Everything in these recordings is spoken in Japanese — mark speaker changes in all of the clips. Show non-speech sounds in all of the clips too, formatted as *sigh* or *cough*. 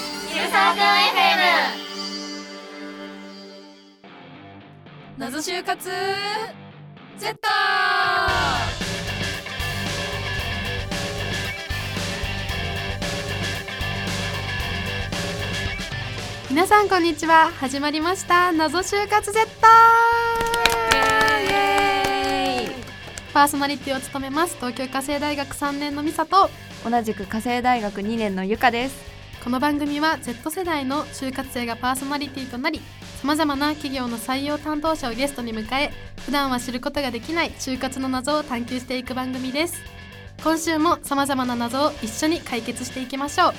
Speaker 1: ークン FM
Speaker 2: 謎就活 Z
Speaker 3: 皆さんこんにちは始まりました謎就活 Z パーソナリティを務めます東京家政大学3年のミサと
Speaker 4: 同じく火星大学2年のゆかです
Speaker 3: この番組は Z 世代の就活生がパーソナリティとなりさまざまな企業の採用担当者をゲストに迎え普段は知ることができない就活の謎を探求していく番組です今週もさまざまな謎を一緒に解決していきましょう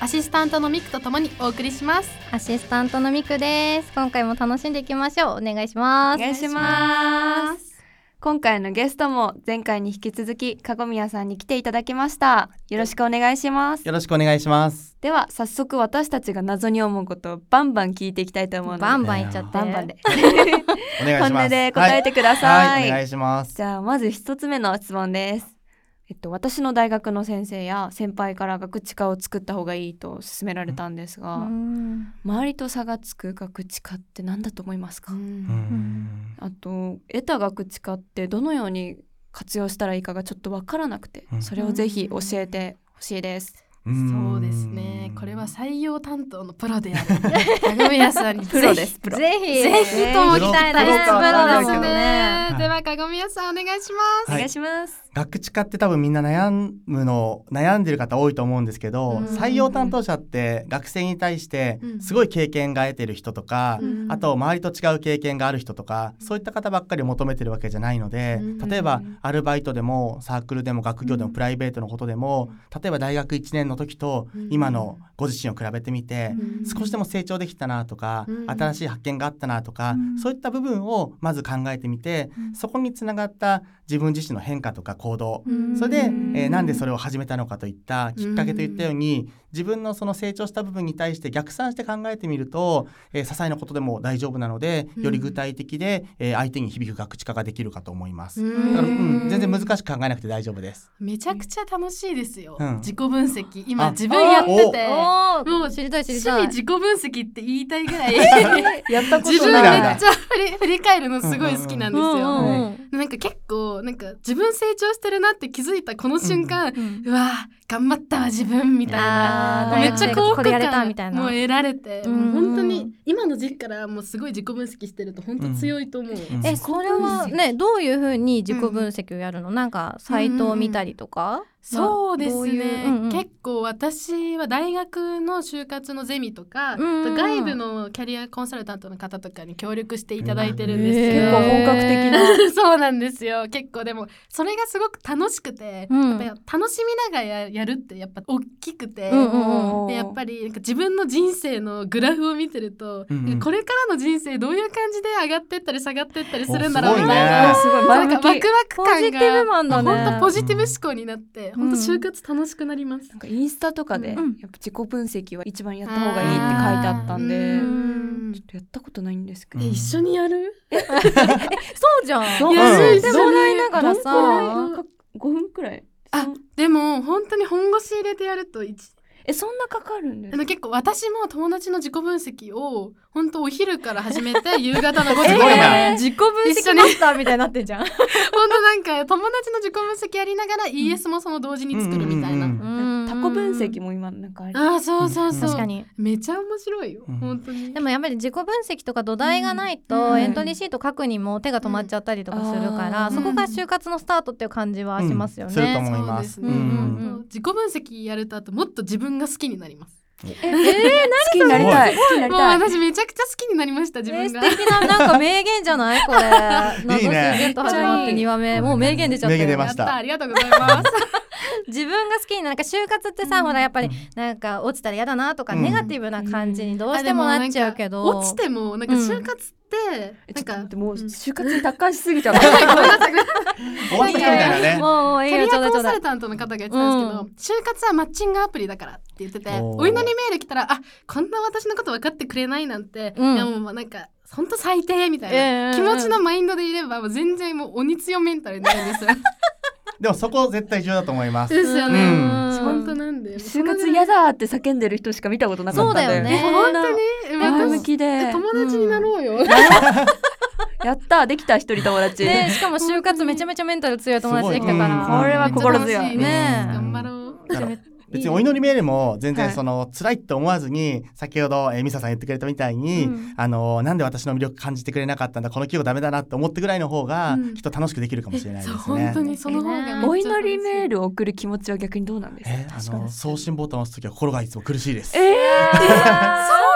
Speaker 3: アシスタントのミクとともにお送りします
Speaker 5: アシスタントのみくです。今回も楽しんでいきましょう。お願いします。
Speaker 4: 願いします今回のゲストも前回に引き続きかごみやさんに来ていただきましたよろしくお願いします
Speaker 6: よろしくお願いします。
Speaker 4: では早速私たちが謎に思うことをバンバン聞いていきたいと思うので
Speaker 5: バンバンいっちゃって。
Speaker 4: バンバンで
Speaker 5: *laughs*
Speaker 6: お願いします。
Speaker 4: 本音で答えてくださ、
Speaker 6: はいい、はい、お願いします。
Speaker 4: じゃあまず一つ目の質問です。えっと私の大学の先生や先輩からガクチカを作った方がいいと勧められたんですが、
Speaker 5: うん
Speaker 4: 周りと差がつくガクチカって何だと思いますか、
Speaker 6: うーん
Speaker 4: あと得たガクチカってどのように活用したらいいかがちょっとわからなくて、
Speaker 6: うん
Speaker 4: それをぜひ教えてほしいです。
Speaker 6: うーん
Speaker 3: そうですね。これは採用担当のプロである。長宮さんに
Speaker 4: プロです
Speaker 3: ぜ
Speaker 4: プロ
Speaker 5: ぜひ。
Speaker 3: ひ。ぜひとも
Speaker 5: 行きたいな
Speaker 6: プロ
Speaker 5: プロだ
Speaker 3: ひ。
Speaker 5: けどね。
Speaker 3: では、かごみやさん、お願いしま
Speaker 4: お
Speaker 6: は
Speaker 4: 願
Speaker 6: い
Speaker 4: い、します。
Speaker 6: 学知化って多分みんな悩むの悩んでる方多いと思うんですけど、
Speaker 5: うん
Speaker 6: 採用担当者って学生に対して
Speaker 3: うん
Speaker 6: すごい経験が得てる人とか、
Speaker 3: うん
Speaker 6: あと周りと違う経験がある人とかそういった方ばっかりを求めてるわけじゃないので、
Speaker 3: うん
Speaker 6: 例えばアルバイトでもサークルでも学業でもプライベートのことでも、例えば大学1年の時と
Speaker 3: うん
Speaker 6: 今のご自身を比べてみて、
Speaker 3: す。
Speaker 6: 少しでも成長できたなとか、
Speaker 3: うん
Speaker 6: 新しい発見があったなとか、
Speaker 5: うん
Speaker 6: そういった部分をまず考えてみて、そこにつながった自分自身の変化とか行動、
Speaker 5: うん
Speaker 6: それで、
Speaker 4: うん
Speaker 6: えーなんでそれを始めたのかといったきっかけといったように、自分のその成長した部分に対して逆算して考えてみると、えー、些細なことでも大丈夫なのでより具体的で、えー相手に響く学知化ができるかと思います。
Speaker 3: うん
Speaker 6: だからうん、全然難しく考えなくて大丈夫です。
Speaker 3: めちゃくちゃ楽しいですよ
Speaker 6: うん。
Speaker 3: 自己分析。今、
Speaker 6: あ
Speaker 3: 自分やってて。
Speaker 5: おー
Speaker 3: もう
Speaker 5: 知りたい知り
Speaker 3: 趣
Speaker 5: た
Speaker 3: 味
Speaker 5: い。
Speaker 3: 自己分析って言いたいぐらい
Speaker 4: *laughs* やったことない。
Speaker 3: 自分めっ
Speaker 6: ないな
Speaker 3: ちゃ振り振り返るのすごい好きなんです
Speaker 5: う
Speaker 3: よ。
Speaker 5: んうん
Speaker 6: は
Speaker 3: なんか結構なんか自分成長してるなって気づいたこの瞬間
Speaker 5: うん
Speaker 3: うわー頑張ったわ自分みたいな
Speaker 5: あー
Speaker 3: めっちゃ幸
Speaker 5: こ
Speaker 3: 福
Speaker 5: れやれた
Speaker 3: 感
Speaker 5: みたいな。
Speaker 3: もう得られて、
Speaker 5: うん
Speaker 3: もう本当に今の時期からもうすごい自己分析してると本当強いと思う、
Speaker 6: うん
Speaker 5: え、これはね、どういうふうに自己分析をやるのなんか、サイトを見たりとか
Speaker 3: そうですね、
Speaker 5: どういううんうん
Speaker 3: 結構私は大学の就活のゼミとか、
Speaker 5: うんうん
Speaker 3: 外部のキャリアコンサルタントの方とかに協力していただいてるんです
Speaker 5: へ
Speaker 3: けど、
Speaker 4: 結構本格
Speaker 3: *laughs*
Speaker 4: 的な。
Speaker 3: そうなんですよ結構でもそれがすごく楽しくて、
Speaker 5: うん
Speaker 3: やっぱ楽しみながらややるってやっぱ大きくて、
Speaker 5: うんうんうん
Speaker 3: でやっぱりなんか自分の人生のグラフを見てると、
Speaker 6: うんうん
Speaker 3: これからの人生どういう感じで上がってったり下がってったりするんだ
Speaker 6: お
Speaker 3: ろう
Speaker 6: すご
Speaker 3: み
Speaker 6: いね
Speaker 3: たいな
Speaker 4: あすごい
Speaker 3: な
Speaker 4: 前
Speaker 3: んか
Speaker 4: 向
Speaker 3: ワ
Speaker 4: き。
Speaker 3: クワク
Speaker 5: ポ
Speaker 3: 感が
Speaker 5: ジティブマンだね。
Speaker 3: 本当ポジティブ思考になって、
Speaker 5: う
Speaker 3: 本
Speaker 5: ん
Speaker 3: 当就活楽しくなります。
Speaker 4: なんかインスタとかで、
Speaker 5: うん
Speaker 4: やっぱ自己分析は一番やった方がいいって書いてあったんで、
Speaker 3: う
Speaker 4: ちょっとやったことないんですけ
Speaker 6: う
Speaker 4: ど。
Speaker 6: ん
Speaker 3: え一緒にやる？
Speaker 5: そうじゃん。
Speaker 4: ど
Speaker 6: やうん
Speaker 3: る
Speaker 5: でも笑いながらさ
Speaker 3: どんくらい
Speaker 4: 5分くらい。
Speaker 3: あ
Speaker 4: そん
Speaker 3: でも本当に本腰入れてやると一
Speaker 4: えそんなかかるんで
Speaker 3: あ
Speaker 4: すか
Speaker 3: の。結構私も友達の自己分析を本当お昼から始めて夕方の5時
Speaker 6: す
Speaker 3: ぐ
Speaker 6: ごい
Speaker 3: らい
Speaker 6: な
Speaker 5: えー自己分析マスターみたいになってんじゃん。
Speaker 3: 本当なんか友達の自己分析やりながら ES もその同時に作るみたいな。
Speaker 6: うんうんうん
Speaker 4: タコ分析も今なんかあれ。
Speaker 3: ああそうそうそう。
Speaker 5: 確かに。
Speaker 3: めちゃ面白いよ、
Speaker 6: うん
Speaker 3: 本当に。
Speaker 5: でもやっぱり自己分析とか土台がないと、
Speaker 3: うん
Speaker 5: エントリーシート書くにも手が止まっちゃったりとかするから、
Speaker 4: うん
Speaker 5: そこが就活のスタートっていう感じはしますよ
Speaker 6: うんすると
Speaker 5: ね。
Speaker 6: 思いま
Speaker 3: そ
Speaker 6: す。
Speaker 3: うで
Speaker 5: う
Speaker 3: ね
Speaker 5: ん
Speaker 3: そう自己分析やるとあともっと自分が好きになります。
Speaker 4: え好きになりたい。好きになり
Speaker 3: もう
Speaker 4: たい。
Speaker 3: 私めちゃくちゃ好きになりました自
Speaker 5: えー
Speaker 3: 分
Speaker 5: 素
Speaker 3: が。
Speaker 5: 敵ななんか名言じゃないこ *laughs* れ。謎
Speaker 6: い
Speaker 5: シ
Speaker 6: いね
Speaker 5: ーズンと始まって2話目もう名言出ちゃった
Speaker 6: 名言出
Speaker 5: よ
Speaker 6: ま
Speaker 3: や
Speaker 6: し
Speaker 3: った
Speaker 6: た
Speaker 3: ありがとうございます。
Speaker 5: 自分が好きにななんか就活ってさ、ほらやっぱりなんか落ちたら嫌だなとか、
Speaker 6: うん
Speaker 5: ネガティブな感じにどうしてもなっちゃうけど、
Speaker 3: あでもなんか落ちてもなんか就活って、
Speaker 4: えちょっと
Speaker 3: なん
Speaker 4: 待っ
Speaker 3: か
Speaker 4: てもう就活に達観しすぎちゃった。
Speaker 6: 終わった人みたいなね。
Speaker 5: もういい
Speaker 3: キャリ
Speaker 5: よ
Speaker 3: ア
Speaker 5: ちょ
Speaker 3: コン
Speaker 5: うだいちょうだ
Speaker 3: サ
Speaker 5: い
Speaker 3: ルタントの方が言ってたんですけど、就活はマッチングアプリだからって言ってて
Speaker 6: おー
Speaker 3: お祈りメール来たらあこんな私のこと分かってくれないなんて、
Speaker 5: うん
Speaker 3: いやもうなんか本当最低みたいな、
Speaker 5: ええ
Speaker 3: 気持ちのマインドでいればもう全然もう鬼強メンタルになるんですよ。
Speaker 6: でもそこ絶対重要だと思います。
Speaker 3: ですよね。
Speaker 6: うん
Speaker 5: うん
Speaker 3: 本当なんで
Speaker 4: 就活嫌だって叫んでる人しか見たことなかったんだよ
Speaker 5: そうだよね
Speaker 3: 本当にえ
Speaker 4: 前
Speaker 3: ま
Speaker 4: 向きで
Speaker 3: た友達になろうよ、
Speaker 4: やったできた一人友達、
Speaker 5: ね、しかも就活めちゃめちゃメンタル強い友達できたか
Speaker 6: すごいうん
Speaker 5: ら。
Speaker 4: これは心強い
Speaker 3: めっちゃ楽しい
Speaker 5: ね
Speaker 3: 頑張ろう
Speaker 6: だから別に
Speaker 5: いい
Speaker 6: お祈りメールも全
Speaker 4: は
Speaker 6: 然
Speaker 4: い
Speaker 6: その辛いって思わずに先ほどえーミサさん言ってくれたみたいに、
Speaker 5: うん
Speaker 6: あのなんで私の魅力感じてくれなかったんだこの企業ダメだなって思ってぐらいの方が
Speaker 3: うん
Speaker 6: 人楽しくできるかもしれないで
Speaker 3: そう
Speaker 6: す
Speaker 3: 本
Speaker 6: ね。
Speaker 3: 当にその方がめっちゃ楽しい
Speaker 4: お祈りメールを送る気持ちは逆にどうなんですか、
Speaker 6: えあの送信ボタンを押すときは心がいつも苦しいです。
Speaker 4: えー、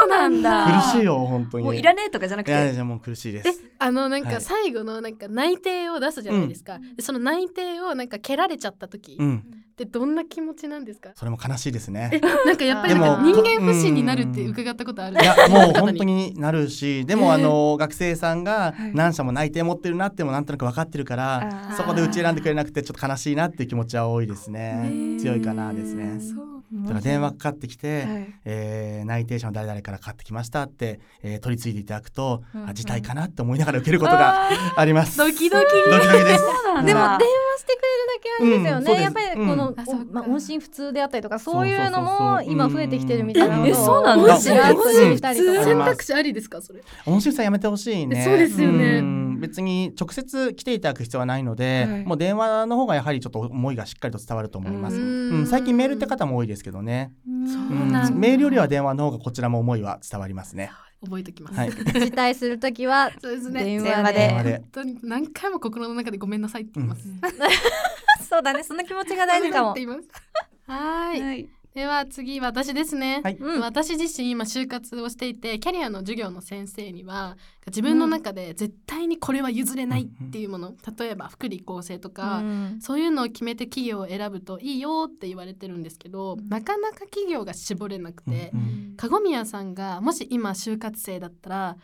Speaker 4: そうなんだ
Speaker 6: 苦しいよ本当に。
Speaker 4: もういらねえとかじゃなく
Speaker 6: いやいや
Speaker 4: て
Speaker 6: じゃあもう苦しいで。
Speaker 3: ですあのなん
Speaker 6: は
Speaker 3: か
Speaker 6: い
Speaker 3: 最後のなんか内定を出すじゃないですか、でその内定をなんか蹴られちゃった時
Speaker 6: う
Speaker 3: っ
Speaker 6: ん、
Speaker 3: てどんな気持ちなんですか、
Speaker 6: それも悲しいですね。
Speaker 3: *laughs* なんかやっぱり
Speaker 5: でも
Speaker 3: なんか人間不信になるって伺ったことある
Speaker 6: いやもう
Speaker 3: 方
Speaker 6: 本当になるしでもあの学生さんが
Speaker 4: はい
Speaker 6: 何社も内定持ってるなってもなんとなく分かってるから
Speaker 4: あー
Speaker 6: そこでうち選んでくれなくてちょっと悲しいなっていう気持ちは多いですね強いかなですね
Speaker 3: そう
Speaker 6: だから電話かかってき
Speaker 4: は
Speaker 6: て、
Speaker 4: い
Speaker 6: えー内定者の誰々からかかってきましたって、えー取り継いでいただくと、
Speaker 5: うんうん
Speaker 6: あ辞退かなって思いながら受けることがあります
Speaker 3: ドキドキ
Speaker 6: ドキドキです
Speaker 4: そうなんだ
Speaker 5: でも電話してくれるだけあれですよ
Speaker 6: うんそ
Speaker 5: ね。
Speaker 6: うです
Speaker 5: やっぱりこ
Speaker 6: う
Speaker 5: の
Speaker 3: あそっか
Speaker 5: まあ音信不通であったりとかそうい
Speaker 6: そ
Speaker 5: う
Speaker 6: うそう
Speaker 5: の
Speaker 6: そう
Speaker 5: も
Speaker 6: そう
Speaker 5: 今
Speaker 6: うん
Speaker 5: 増えてきてるみたいなのを。
Speaker 4: ええそうなんだ
Speaker 5: 音信不通にしたりと
Speaker 6: う
Speaker 5: か
Speaker 6: ん
Speaker 3: 選択肢ありですかそれ
Speaker 6: 音信さんやめてほしいね。
Speaker 3: そうです
Speaker 5: よね
Speaker 6: うん別に直接来ていただく必要はないので、
Speaker 4: はい
Speaker 6: もう電話の方がやはりちょっと思いがしっかりと伝わると思います。
Speaker 3: う
Speaker 6: うんん最近メールって方も多いですけどね、
Speaker 3: そう
Speaker 6: うん
Speaker 3: なんだ
Speaker 6: メールよりは電話の方がこちらも思いは伝わりますね。
Speaker 3: 覚えておきます、
Speaker 6: はい。
Speaker 5: 辞退するときは
Speaker 3: そうですね
Speaker 5: 電
Speaker 4: 電
Speaker 5: 話
Speaker 4: 話
Speaker 5: で
Speaker 4: で。
Speaker 6: 電話で
Speaker 3: 本当に何回も心の中でごめんなさいって言います、
Speaker 6: う
Speaker 5: そうだね。その気持ちが大事か
Speaker 3: っ *laughs*
Speaker 5: も
Speaker 3: て。言いますはーい、
Speaker 4: はい
Speaker 3: では次私ですね、
Speaker 6: はい
Speaker 5: うん
Speaker 3: 私自身今就活をしていてキャリアの授業の先生には自分の中で絶対にこれは譲れないっていうもの、例えば福利厚生とか、
Speaker 5: うん
Speaker 3: そういうのを決めて企業を選ぶといいよって言われてるんですけど、なかなか企業が絞れなく
Speaker 6: うん
Speaker 3: て
Speaker 6: う、ん
Speaker 3: 籠宮さんがもし今就活生だったら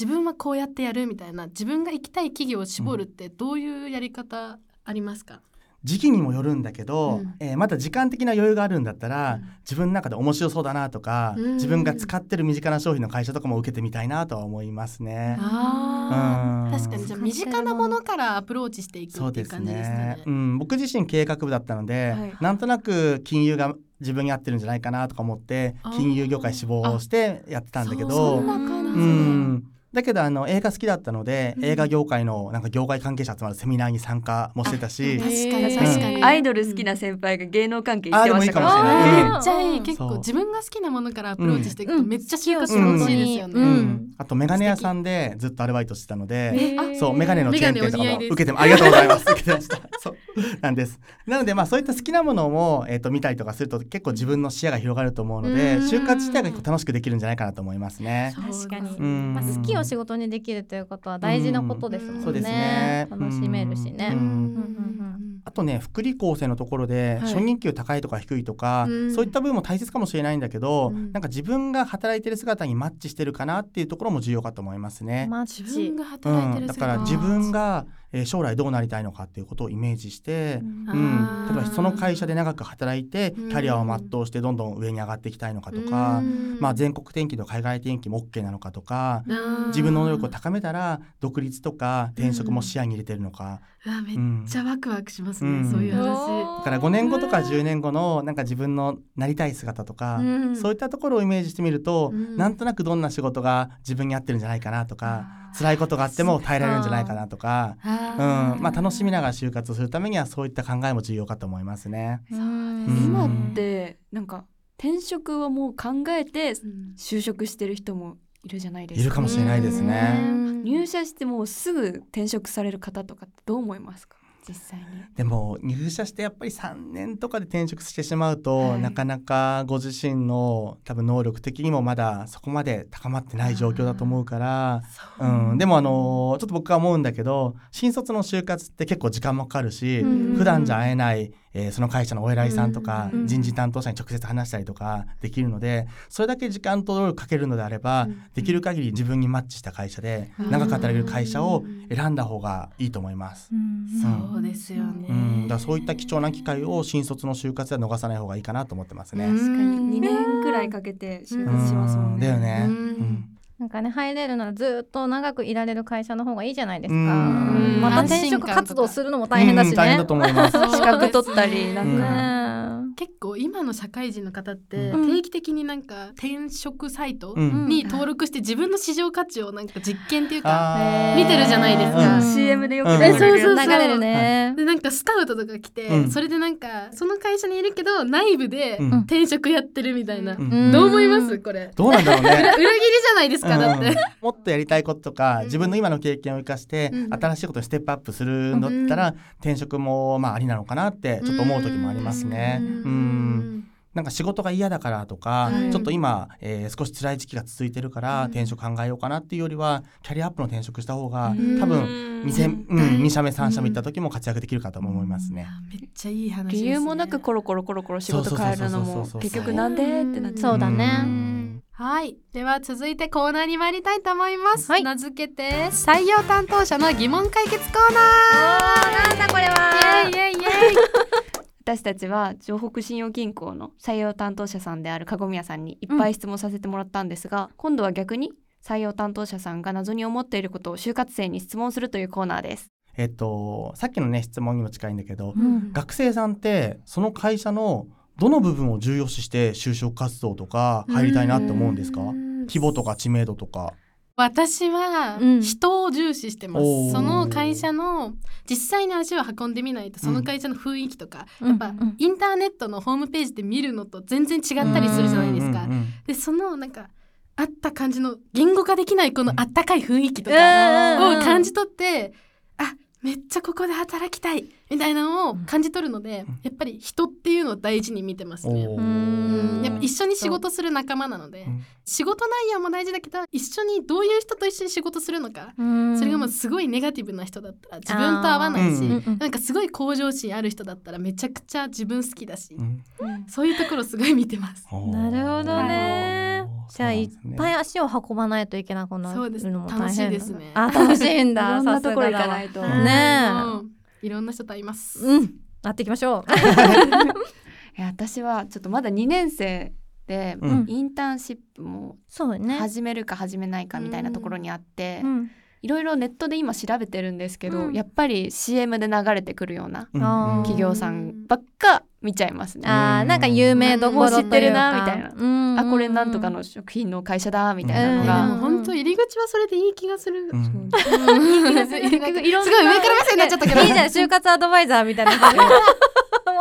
Speaker 3: 自分はこうやってやるみたいな自分が行きたい企業を絞るってどういうやり方ありますか、
Speaker 6: 時期にもよるんだけど、
Speaker 3: うん
Speaker 6: えーまた時間的な余裕があるんだったら、自分の中で面白そうだなとか、
Speaker 3: うん
Speaker 6: 自分が使ってる身近な商品の会社とかも受けてみたいなとは思いますね。
Speaker 3: あ
Speaker 6: う
Speaker 3: ー
Speaker 6: ん
Speaker 3: 確かにじゃあ身近なものからアプローチしていく
Speaker 6: そう
Speaker 3: っていう
Speaker 6: です
Speaker 3: 感じです
Speaker 6: ね
Speaker 3: ね。
Speaker 6: うん、僕自身経営学部だったので、
Speaker 4: はい
Speaker 6: なんとなく金融が自分に合ってるんじゃないかなとか思って
Speaker 3: あー
Speaker 6: 金融業界志望してやってたんだけ
Speaker 3: そ
Speaker 6: ど
Speaker 3: うそんな感じ
Speaker 6: うん、だけどあの映画好きだったので、映画業界のなんか業界関係者集まるセミナーに参加もしてたし
Speaker 3: 確か
Speaker 5: へ
Speaker 3: に
Speaker 5: ー
Speaker 3: 確かに、
Speaker 4: アイドル好きな先輩が芸能関係行ってましたから
Speaker 6: あーでもいいかもしれな
Speaker 3: め
Speaker 6: い
Speaker 3: っちゃいい結
Speaker 6: そ
Speaker 3: 構
Speaker 6: う
Speaker 3: 自分が好きなものからアプローチしていく
Speaker 5: う
Speaker 3: と
Speaker 5: ん
Speaker 3: めっちゃ就活楽しいですよね。
Speaker 5: うん
Speaker 6: う
Speaker 5: うん
Speaker 6: んあとメガネ屋さんでずっとアルバイトしてたので、
Speaker 5: えー
Speaker 6: そうメガネのチェーン店とか
Speaker 3: メガネお似合い
Speaker 6: も
Speaker 3: です
Speaker 6: 受けてもありがとうございます受けてましたそうなんですなのでまあそういった好きなものもえっ、と見たりとかすると結構自分の視野が広がると思うので
Speaker 3: うん
Speaker 6: 就活自体が結構楽しくできるんじゃないかなと思いますね
Speaker 5: 確かに、
Speaker 6: うん
Speaker 5: まあ、好きを仕事にできるということは大事なことです
Speaker 3: うん
Speaker 5: も
Speaker 6: そうんです
Speaker 5: ね
Speaker 6: ね。
Speaker 5: 楽しめるしね。
Speaker 6: うん
Speaker 5: うん
Speaker 6: あとね福利厚生のところで
Speaker 4: はい
Speaker 6: 初任給高いとか低いとか、
Speaker 3: うん
Speaker 6: そういった部分も大切かもしれないんだけど、
Speaker 3: うん
Speaker 6: なんか自分が働いてる姿にマッチしてるかなっていうところも重要かと思いますね。
Speaker 5: マ
Speaker 3: 自
Speaker 5: ッチ
Speaker 3: 分が
Speaker 6: う
Speaker 3: 働いて
Speaker 6: ん、
Speaker 3: る
Speaker 6: だ
Speaker 3: 姿
Speaker 6: から自分が、えー将来どうなりたいのかっていうことをイメージして、うん
Speaker 3: あ、ー
Speaker 6: 例えばその会社で長く働いてキ
Speaker 3: うん
Speaker 6: ャリアを全うしてどんどん上に上がっていきたいのかとか、
Speaker 3: うん
Speaker 6: まあ、全国転勤と海外転勤も OK なのかとか
Speaker 3: うん
Speaker 6: 自分の能力を高めたら独立とか転職も視野に入れてるのか、
Speaker 3: うわめっ
Speaker 6: うん
Speaker 3: ちゃワクワクしますね、
Speaker 6: うん
Speaker 3: そういう話。
Speaker 6: だから5年後とか10年後のなんか自分のなりたい姿とか、
Speaker 5: うん
Speaker 6: そういったところをイメージしてみると、
Speaker 3: うん
Speaker 6: なんとなくどんな仕事が自分に合ってるんじゃないかなとか辛いことがあっても耐えられるんじゃないかなとか。うん
Speaker 3: あー
Speaker 6: まあ、楽しみながら就活をするためにはそういった考えも重要かと思いますね。
Speaker 5: うん
Speaker 6: うん
Speaker 4: 今ってなんか転職をもう考えて
Speaker 3: うん
Speaker 4: 就職してる人もいるじゃないですか
Speaker 6: いるかもしれないですね
Speaker 5: うん
Speaker 4: 入社してもうすぐ転職される方とかってどう思いますか実際に
Speaker 6: でも入社してやっぱり3年とかで転職してしまうと、
Speaker 4: はい
Speaker 6: なかなかご自身の多分能力的にもまだそこまで高まってない状況だと思うから、うん、でもあのーちょっと僕は思うんだけど新卒の就活って結構時間もかかるし、
Speaker 5: うん
Speaker 6: 普段じゃ会えない、えーその会社のお偉いさんとか、
Speaker 3: うん
Speaker 6: 人事担当者に直接話したりとかできるのでそれだけ時間と労力かけるのであれば、
Speaker 3: うん
Speaker 6: できる限り自分にマッチした会社で
Speaker 3: うん
Speaker 6: 長く働ける会社を選んだ方がいいと思います。
Speaker 3: そうですよね。
Speaker 6: うん、だからそういった貴重な機会を新卒の就活では逃さない方がいいかなと思ってますね。
Speaker 4: 確かに2年くらいかけて就活しますもんね
Speaker 6: だよね。
Speaker 3: う
Speaker 6: うんん
Speaker 5: なんかね入れるならずっと長くいられる会社の方がいいじゃないですか。
Speaker 6: うん
Speaker 5: また転職活動するのも大変だし
Speaker 6: うん大変
Speaker 5: ね
Speaker 6: だ。と思います。
Speaker 3: そうですね
Speaker 4: 資格取ったりなん
Speaker 6: うん
Speaker 5: ね
Speaker 3: 結構今の社会人の方って
Speaker 6: うん
Speaker 3: 定期的になんか転職サイト
Speaker 6: うん
Speaker 3: に登録して自分の市場価値をなんか実験っていうか
Speaker 6: あー
Speaker 3: 見てるじゃないです
Speaker 6: う
Speaker 3: か
Speaker 6: ん
Speaker 4: CM でよく
Speaker 6: うん
Speaker 4: 流れる
Speaker 3: そうそうそう
Speaker 4: 流れるね。
Speaker 3: でなんかスカウトとか来て、
Speaker 6: うん
Speaker 3: それでなんかその会社にいるけど内部で
Speaker 6: うん
Speaker 3: 転職やってるみたいな、
Speaker 6: うん
Speaker 5: うん
Speaker 3: どう思いますこれ
Speaker 6: どうなんだろうね
Speaker 3: 裏裏切りじゃ *laughs* ないですか、だって
Speaker 6: うん、もっとやりたいこととか
Speaker 3: うん
Speaker 6: 自分の今の経験を生かして、
Speaker 3: うん
Speaker 6: 新しいことにステップアップするんだったら、転職もまあありなのかなってちょっと思う時もありますね。
Speaker 3: う
Speaker 6: うんんなんか仕事が嫌だからとか、
Speaker 3: はい
Speaker 6: ちょっと今、えー少し辛い時期が続いてるか
Speaker 3: う
Speaker 6: ら
Speaker 3: ん
Speaker 6: 転職考えようかなっていうよりはキャリアアップの転職した方が、
Speaker 3: うん
Speaker 6: 多分
Speaker 4: 分
Speaker 6: 2
Speaker 3: 店
Speaker 6: 千、うん、2社目3社目行った時も活躍できるかと思いますね。
Speaker 3: めっちゃいい話です、ね、
Speaker 4: 理由もなくコロコロコロコロ仕事変えるのも
Speaker 6: そうそうそうそうそう
Speaker 4: 結局なんでってなっちゃ
Speaker 5: そうだね
Speaker 6: うん
Speaker 3: はいでは続いてコーナーに参りたいと思います、
Speaker 5: はい
Speaker 3: 名付けて採用担当者の疑問解決コーナ
Speaker 4: なんだこれは
Speaker 3: ーイエイイエイイエイ
Speaker 4: 私たちは城北信用銀行の採用担当者さんである籠宮さんにいっぱい質問させてもらったんですが、今度は逆に採用担当者さんが謎に思っていることを就活生に質問するというコーナーです。
Speaker 6: えっとさっきのね質問にも近いんだけど、
Speaker 5: うん
Speaker 6: 学生さんってその会社のどの部分を重要視して就職活動とか *laughs* 入りたいなって思うんですか規模とか知名度とか。
Speaker 3: 私は
Speaker 5: うん
Speaker 3: 人を重視してます、
Speaker 6: おー
Speaker 3: その会社の実際に足を運んでみないとその会社の雰囲気とか、
Speaker 5: うん
Speaker 3: やっぱ、
Speaker 5: うん
Speaker 3: インターネットのホームページで見るのと全然違ったりするじゃないですか
Speaker 6: うんうんうん
Speaker 3: でそのなんかあった感じの言語化できないこのあったかい雰囲気とか
Speaker 5: うん
Speaker 3: を感じ取って、あめっちゃここで働きたいみたいなのを感じ取るので、
Speaker 6: うん
Speaker 3: やっぱり人っていうのを大事に見てますね。
Speaker 6: おー
Speaker 5: うん
Speaker 3: やっぱ一緒に仕事する仲間なので、
Speaker 6: うん
Speaker 3: 仕事内容も大事だけど一緒にどういう人と一緒に仕事するのか、
Speaker 5: うん
Speaker 3: それがもうすごいネガティブな人だったら自分と合わないし、
Speaker 6: あーうん
Speaker 5: うん
Speaker 3: なんかすごい向上心ある人だったらめちゃくちゃ自分好きだし、
Speaker 6: うん
Speaker 3: そういうところすごい見てます。
Speaker 6: おー
Speaker 5: なるほどねじゃあいっ
Speaker 6: そうなんですね
Speaker 5: ぱい足を運ばないといけなくな
Speaker 3: そう
Speaker 5: る
Speaker 3: です
Speaker 5: のも
Speaker 3: 楽
Speaker 5: 大変
Speaker 3: しい
Speaker 5: だ
Speaker 3: ですね。
Speaker 5: あ楽しいん
Speaker 4: い
Speaker 5: だ
Speaker 4: ろんなところ行かないいと。
Speaker 6: うん
Speaker 5: ね
Speaker 3: うんいろんな人と会います。
Speaker 5: え *laughs* うんなっていきましょう
Speaker 4: いや私はちょっとまだ2年生で、
Speaker 6: うん
Speaker 5: うん
Speaker 4: インターンシップも
Speaker 5: そうね
Speaker 4: 始めるか始めないかみたいなところにあって、
Speaker 5: うん
Speaker 4: いろいろネットで今調べてるんですけど、
Speaker 5: うん
Speaker 4: やっぱり CM で流れてくるような
Speaker 6: うん
Speaker 5: あー
Speaker 4: 企業さんばっか見ちゃいますね。
Speaker 5: あーなんか有名どころという
Speaker 4: もう
Speaker 5: か
Speaker 4: 知ってるなみたいな
Speaker 5: うん
Speaker 4: あこれなんとかの食品の会社だみたいなの
Speaker 6: ん
Speaker 3: で
Speaker 4: が、
Speaker 3: も本当入り口はそれでいい気がする。う
Speaker 6: う
Speaker 3: ん
Speaker 6: ん
Speaker 3: なんかすごい上から目線になっちゃったけど。
Speaker 5: いいじゃん就活アドバイザーみたいな感じも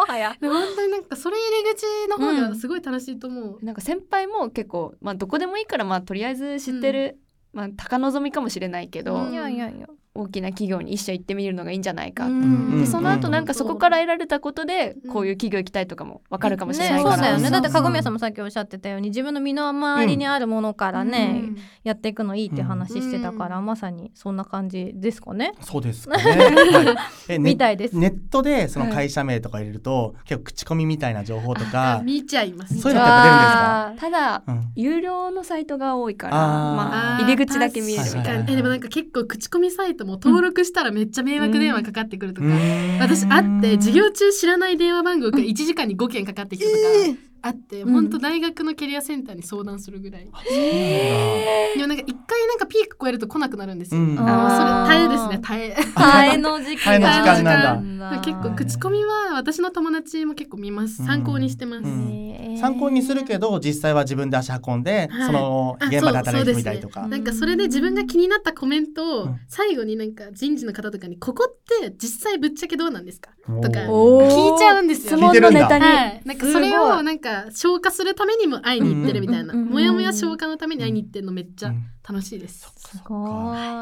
Speaker 5: はや
Speaker 3: でも本当になんかそれ入り口の方がすごい楽しいと思う。
Speaker 4: なんか先輩も結構、まあ、どこでもいいから、まあ、とりあえず知ってる、まあ、高望みかもしれないけど、
Speaker 3: うん
Speaker 5: いやいやいや
Speaker 4: 大きな企業に一社行ってみるのがいいんじゃないか、
Speaker 6: うん
Speaker 4: でその後なんかそこから得られたことで、
Speaker 3: うん
Speaker 4: こういう企業行きたいとかも分かるかもしれ
Speaker 5: ね
Speaker 4: ない
Speaker 5: そ
Speaker 4: か
Speaker 5: うだ
Speaker 4: ら、
Speaker 5: よねだって
Speaker 6: そうそう
Speaker 5: 籠宮さんもさっきおっしゃってたように自分の身の回りにあるものからね、
Speaker 3: うん
Speaker 5: やっていくのいいって話してたから、
Speaker 3: うん
Speaker 5: まさにそんな感じですかね、
Speaker 6: そうですかね。はいえね
Speaker 5: みたいです
Speaker 6: ネットでその会社名とか入れると結構口コミみたいな情報と
Speaker 3: あ
Speaker 6: か、
Speaker 3: 見ちゃいます。
Speaker 6: そういうのってやっぱ
Speaker 4: ただ
Speaker 6: うん
Speaker 4: 有料のサイトが多いから
Speaker 6: あー
Speaker 4: まあ、入り口だけ見えるみたい
Speaker 3: 確
Speaker 4: な。
Speaker 3: かにえでもなんか結構口コミサイトも登録したらめっちゃ迷惑電話かかってくるとか、私会って授業中知らない電話番号が1時間に5件かかってきたとかあって
Speaker 5: うん
Speaker 3: 本当大学のキャリアセンターに相談するぐらい
Speaker 6: え
Speaker 3: でもなんか一回なんかピーク超えると来なくなるんですよ、
Speaker 6: うん
Speaker 3: あのそれ
Speaker 5: あー
Speaker 3: 耐えですね耐え
Speaker 5: ハエの時期
Speaker 6: ハエの時間なん
Speaker 5: だ
Speaker 3: *laughs* 結構口コミは私の友達も結構見ます参考にしてます、
Speaker 6: うん参考にするけど実際は自分で足運んで、
Speaker 3: はい
Speaker 6: その
Speaker 3: あ
Speaker 6: 現場で働い
Speaker 3: そ
Speaker 6: て
Speaker 3: うそうですね
Speaker 6: みたりとか。
Speaker 3: なんかそれで自分が気になったコメント
Speaker 6: う
Speaker 3: を
Speaker 6: ん
Speaker 3: 最後になんか人事の方とかに「ここって実際ぶっちゃけどうなんですか?」
Speaker 6: おー
Speaker 3: とか
Speaker 5: おー
Speaker 3: 聞いちゃうんですよ
Speaker 6: 質問のネタ
Speaker 5: に
Speaker 3: はい、なんかそれ
Speaker 5: すご
Speaker 3: を
Speaker 5: い
Speaker 3: なんか消化するためにも会いに行ってるみたいな、
Speaker 5: うんうんうんうん
Speaker 3: もやもや消化のために会いに行ってるのめっち
Speaker 6: う
Speaker 3: ゃ
Speaker 6: ん
Speaker 3: 楽しいです、
Speaker 5: すごい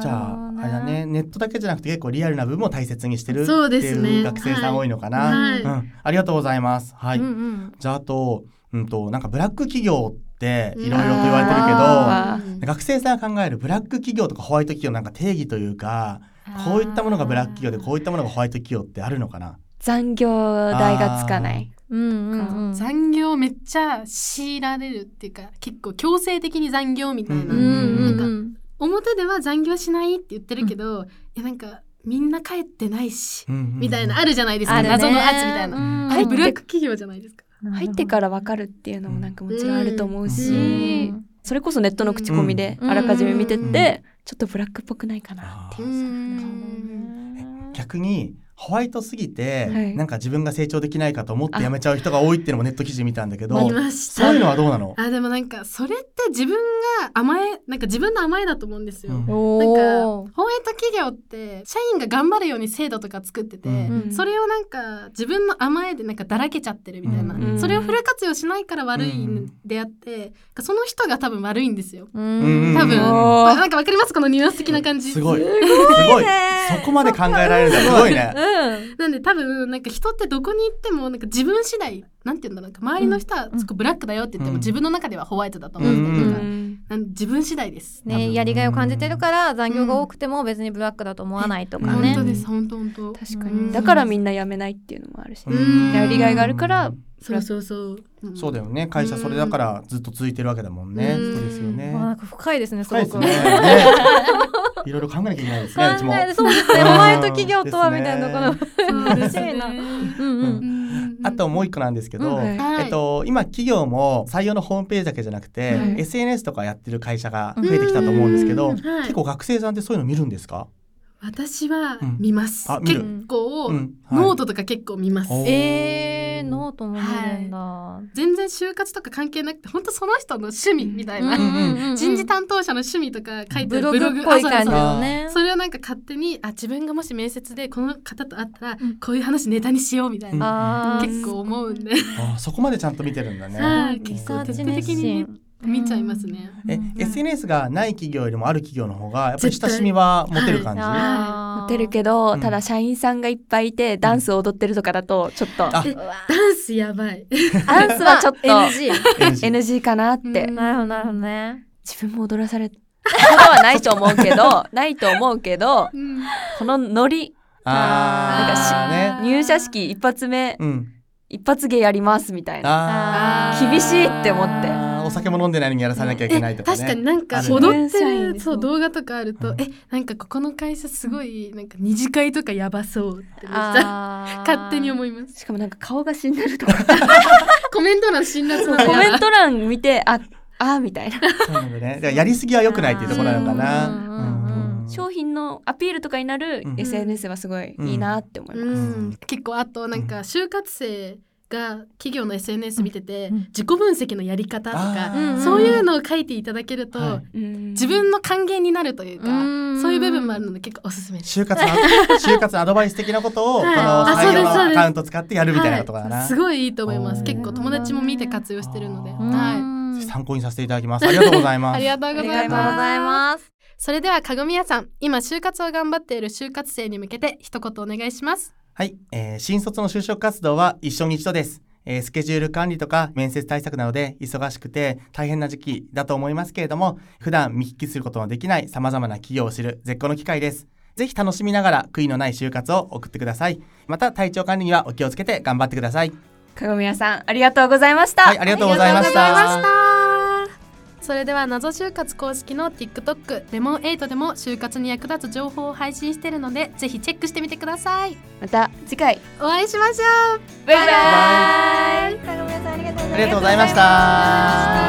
Speaker 6: じゃあ、あれだね、ネットだけじゃなくて結構リアルな部分も大切にしてるって
Speaker 3: そうですね
Speaker 6: いう学生さん多いのかな。
Speaker 3: はい
Speaker 6: うん、ありがとうございます。はい。
Speaker 5: うんうん
Speaker 6: じゃああと、うんとなんかブラック企業って
Speaker 3: うん
Speaker 6: いろいろと言われてるけ
Speaker 4: あ
Speaker 6: ど、
Speaker 4: ー
Speaker 3: うん
Speaker 6: 学生さんが考えるブラック企業とかホワイト企業なんか定義というか、こういったものがブラック企業でこういったものがホワイト企業ってあるのかな。
Speaker 4: 残業代がつかない。
Speaker 5: うんうんうん
Speaker 3: 残業めっちゃ強いられるっていうか結構強制的に残業みたいな、
Speaker 6: うん
Speaker 5: うんう
Speaker 3: なんか
Speaker 5: ん
Speaker 3: 表では残業しないって言ってるけど、いやなんかみんな帰ってないし、
Speaker 6: うんうんうん
Speaker 3: みたいなあるじゃないですか、
Speaker 5: るね
Speaker 3: 謎の圧みたいな、
Speaker 5: うん
Speaker 3: あれブラック企業じゃないですか
Speaker 4: 入ってから分かるっていうのもなんかもちろんあると思うし、
Speaker 5: うん
Speaker 4: それこそネットの口コミで
Speaker 5: うん
Speaker 4: あらかじめ見てって、
Speaker 6: うん
Speaker 4: ちょっとブラックっぽくないかな
Speaker 6: あ
Speaker 4: っていう
Speaker 6: ー逆にホワイトすぎて、
Speaker 4: はい
Speaker 6: なんか自分が成長できないかと思って辞めちゃう人が多いっていうのもネット記事で見たんだけど
Speaker 3: ありまし
Speaker 6: そういうの
Speaker 3: た
Speaker 6: はどうなの、
Speaker 3: あでもなんかそれって自分が甘えなんか自分の甘えだと思うんですよ、
Speaker 6: うん
Speaker 3: なんか
Speaker 5: おー
Speaker 3: ホワイト企業って社員が頑張るように制度とか作ってて、
Speaker 6: うん
Speaker 4: うん
Speaker 3: それをなんか自分の甘えでなんかだらけちゃってるみたいな、
Speaker 6: うん
Speaker 3: それをフル活用しないから悪いんであって、なんかその人が多分悪いんですよ。
Speaker 5: う
Speaker 6: うん
Speaker 5: ん
Speaker 3: 多分
Speaker 4: おー
Speaker 3: なんかわかりますこのニュアンス的な感じ。
Speaker 6: すごいすごいそこまで考えられるのすごいね。
Speaker 5: うん
Speaker 3: なんで多分なんか人ってどこに行ってもなんか自分次第なんていうんだろうなんか周りの人は
Speaker 5: うん
Speaker 3: そこブラックだよって言っても、
Speaker 6: うん
Speaker 3: 自分の中ではホワイトだと
Speaker 6: う
Speaker 3: 思うんだけど、
Speaker 6: ん
Speaker 3: なんで自分次第です。
Speaker 6: 多分
Speaker 5: ね、やりがいを感じてるから残業が多くても別にブラックだと思わないとか
Speaker 3: 本
Speaker 5: ね
Speaker 3: 当。です本当本当。
Speaker 4: 確か
Speaker 3: うん
Speaker 4: にだからみんな辞めないっていうのもあるし、
Speaker 6: う
Speaker 4: ね
Speaker 6: ん
Speaker 4: やりがいがあるから
Speaker 3: そうそうそう。ん
Speaker 6: そうだよね会社それだからずっと続いてるわけだもんね、
Speaker 3: うん
Speaker 6: そうですよね、
Speaker 5: わあなんか深いですね、す
Speaker 6: 深い
Speaker 5: ご
Speaker 6: です
Speaker 5: く。
Speaker 6: ね。ねいろいろ考えなきゃいけないですね、うち
Speaker 5: 考
Speaker 6: も。
Speaker 5: えてそうですね、
Speaker 6: うん
Speaker 5: ホワイト企業とはみたいなこの
Speaker 6: で。
Speaker 5: *laughs*
Speaker 3: そうです
Speaker 5: 嬉しいな
Speaker 3: ね
Speaker 5: うんう
Speaker 6: うん
Speaker 5: ん。
Speaker 6: あともう一個なんですけど、
Speaker 5: うんはい
Speaker 3: はい
Speaker 6: えっと、今企業も採用のホームページだけじゃなくて、
Speaker 4: はい
Speaker 6: SNS とかやってる会社が増えてきたと思うんですけど、
Speaker 3: うんはい
Speaker 6: 結構学生さんってそういうの見るんですか、
Speaker 3: 私は
Speaker 6: うん
Speaker 3: 見ます
Speaker 6: あ。見る
Speaker 3: 結構、
Speaker 6: うんはい
Speaker 3: ノートとか結構見ます。
Speaker 6: お
Speaker 5: えー、ノートも見るんだ。
Speaker 3: 全然就活とか関係なくて、本当その人の趣味みたいな、人事担当者の趣味とか書いて
Speaker 5: ブ
Speaker 3: る
Speaker 5: ロ
Speaker 3: ブロ
Speaker 5: グ
Speaker 3: グ
Speaker 5: っぽい
Speaker 3: あ
Speaker 5: 感
Speaker 3: そ
Speaker 5: じ
Speaker 3: うそう
Speaker 5: のね。
Speaker 3: それをなんか勝手にあ自分がもし面接でこの方と会ったら、
Speaker 5: うん
Speaker 3: こういう話ネタにしようみたいな、
Speaker 5: あー
Speaker 3: 結構思
Speaker 5: *laughs*
Speaker 3: うんで、
Speaker 6: あそこまでちゃんと見てるんだね。
Speaker 3: はい
Speaker 6: うん
Speaker 5: リ
Speaker 3: 結
Speaker 5: サ
Speaker 3: 構
Speaker 5: ー
Speaker 3: 徹
Speaker 5: チ
Speaker 3: 底
Speaker 5: 熱
Speaker 3: 的にね
Speaker 5: 心。
Speaker 3: 見ちゃいますね。
Speaker 6: え、SNS がない企業よりもある企業の方がやっぱり親しみは持てる感じ、
Speaker 4: モテるけど、
Speaker 6: うん
Speaker 4: ただ社員さんがいっぱいいてダンスを踊ってるとかだとちょっと、
Speaker 6: あ
Speaker 3: えダンスやばい。
Speaker 4: ダンスはちょっと
Speaker 5: NG。
Speaker 6: NG
Speaker 4: NG かなって、
Speaker 3: うん
Speaker 5: *laughs* なるほど、なるほどね。
Speaker 4: 自分も踊らされたことはないと思うけどないと思うけど
Speaker 3: うん
Speaker 4: このノリ
Speaker 6: あー
Speaker 3: なんかし
Speaker 6: ね。
Speaker 4: 入社式一発目
Speaker 6: うん。
Speaker 4: 一発芸やりますみたいな
Speaker 6: あ
Speaker 5: あ
Speaker 6: ー
Speaker 5: ー
Speaker 4: 厳しいって思って
Speaker 6: あーお酒も飲んでないのにやらさなきゃいけないとかね。
Speaker 3: 確かになんか
Speaker 6: あるよね
Speaker 3: 踊って
Speaker 4: 社員
Speaker 3: る
Speaker 4: で
Speaker 3: そう動画とかあると、
Speaker 6: うん
Speaker 3: えなんかここの会社すごいなんか二次会とかやばそうってめっちゃ
Speaker 5: あー
Speaker 3: 勝手に思います
Speaker 4: しかもなんか顔が死んでるとか
Speaker 3: コメント欄辛辣なのやば
Speaker 4: *laughs* コメント欄見てあ *laughs* あーみたいな
Speaker 6: そうなんだね。だからやりすぎは良くないっていうところなのかな。
Speaker 5: うんうんうんうん
Speaker 4: 商品のアピールとかになる
Speaker 6: うん
Speaker 4: SNS はすごいいいなって思います、
Speaker 3: うん、結構あとなんか就活生が企業の SNS 見てて、
Speaker 5: うん
Speaker 3: 自己分析のやり方と
Speaker 6: あ
Speaker 3: か、
Speaker 5: ー
Speaker 3: そういうのを書いていただけると、
Speaker 6: はい
Speaker 4: うん
Speaker 3: 自分の還元になるというか、
Speaker 5: うん
Speaker 3: そういう部分もあるので結構おすすめです。
Speaker 6: 就活
Speaker 3: *laughs*
Speaker 6: の就活のアドバイス的なことをこの
Speaker 3: はい
Speaker 5: あそ
Speaker 6: 採
Speaker 5: う
Speaker 6: 用
Speaker 5: です
Speaker 3: そ
Speaker 6: の
Speaker 3: う
Speaker 6: ア
Speaker 3: です
Speaker 6: カウント使ってやるみたいなことかな。
Speaker 3: はいすごいいいと思いま
Speaker 6: おー
Speaker 3: す。結構友達も見て活用してるので、
Speaker 6: あー
Speaker 3: はい。
Speaker 5: うん
Speaker 6: 参考にさせていただきます。ありがとうございます。
Speaker 3: ありがとうござい
Speaker 4: ありがと
Speaker 3: ま
Speaker 4: うご
Speaker 3: す。
Speaker 5: ざいます。
Speaker 3: それではかぐみやさん、今就活を頑張っている就活生に向けて一言お願いします。
Speaker 6: はい、えー新卒の就職活動は一生に一度です。えースケジュール管理とか面接対策などで忙しくて大変な時期だと思いますけれども、普段見聞きすることのできない様々な企業を知る絶好の機会です。ぜひ楽しみながら悔いのない就活を送ってください。また体調管理にはお気をつけて頑張ってください。
Speaker 4: 鏡屋さんありがとうございました、
Speaker 6: はい、ありがとうございました。
Speaker 3: それでは謎就活公式の TikTok レモン8でも就活に役立つ情報を配信しているのでぜひチェックしてみてください
Speaker 4: また次回
Speaker 3: お会いしましょう
Speaker 4: バイバイ
Speaker 5: イ。
Speaker 6: ありがとうございました。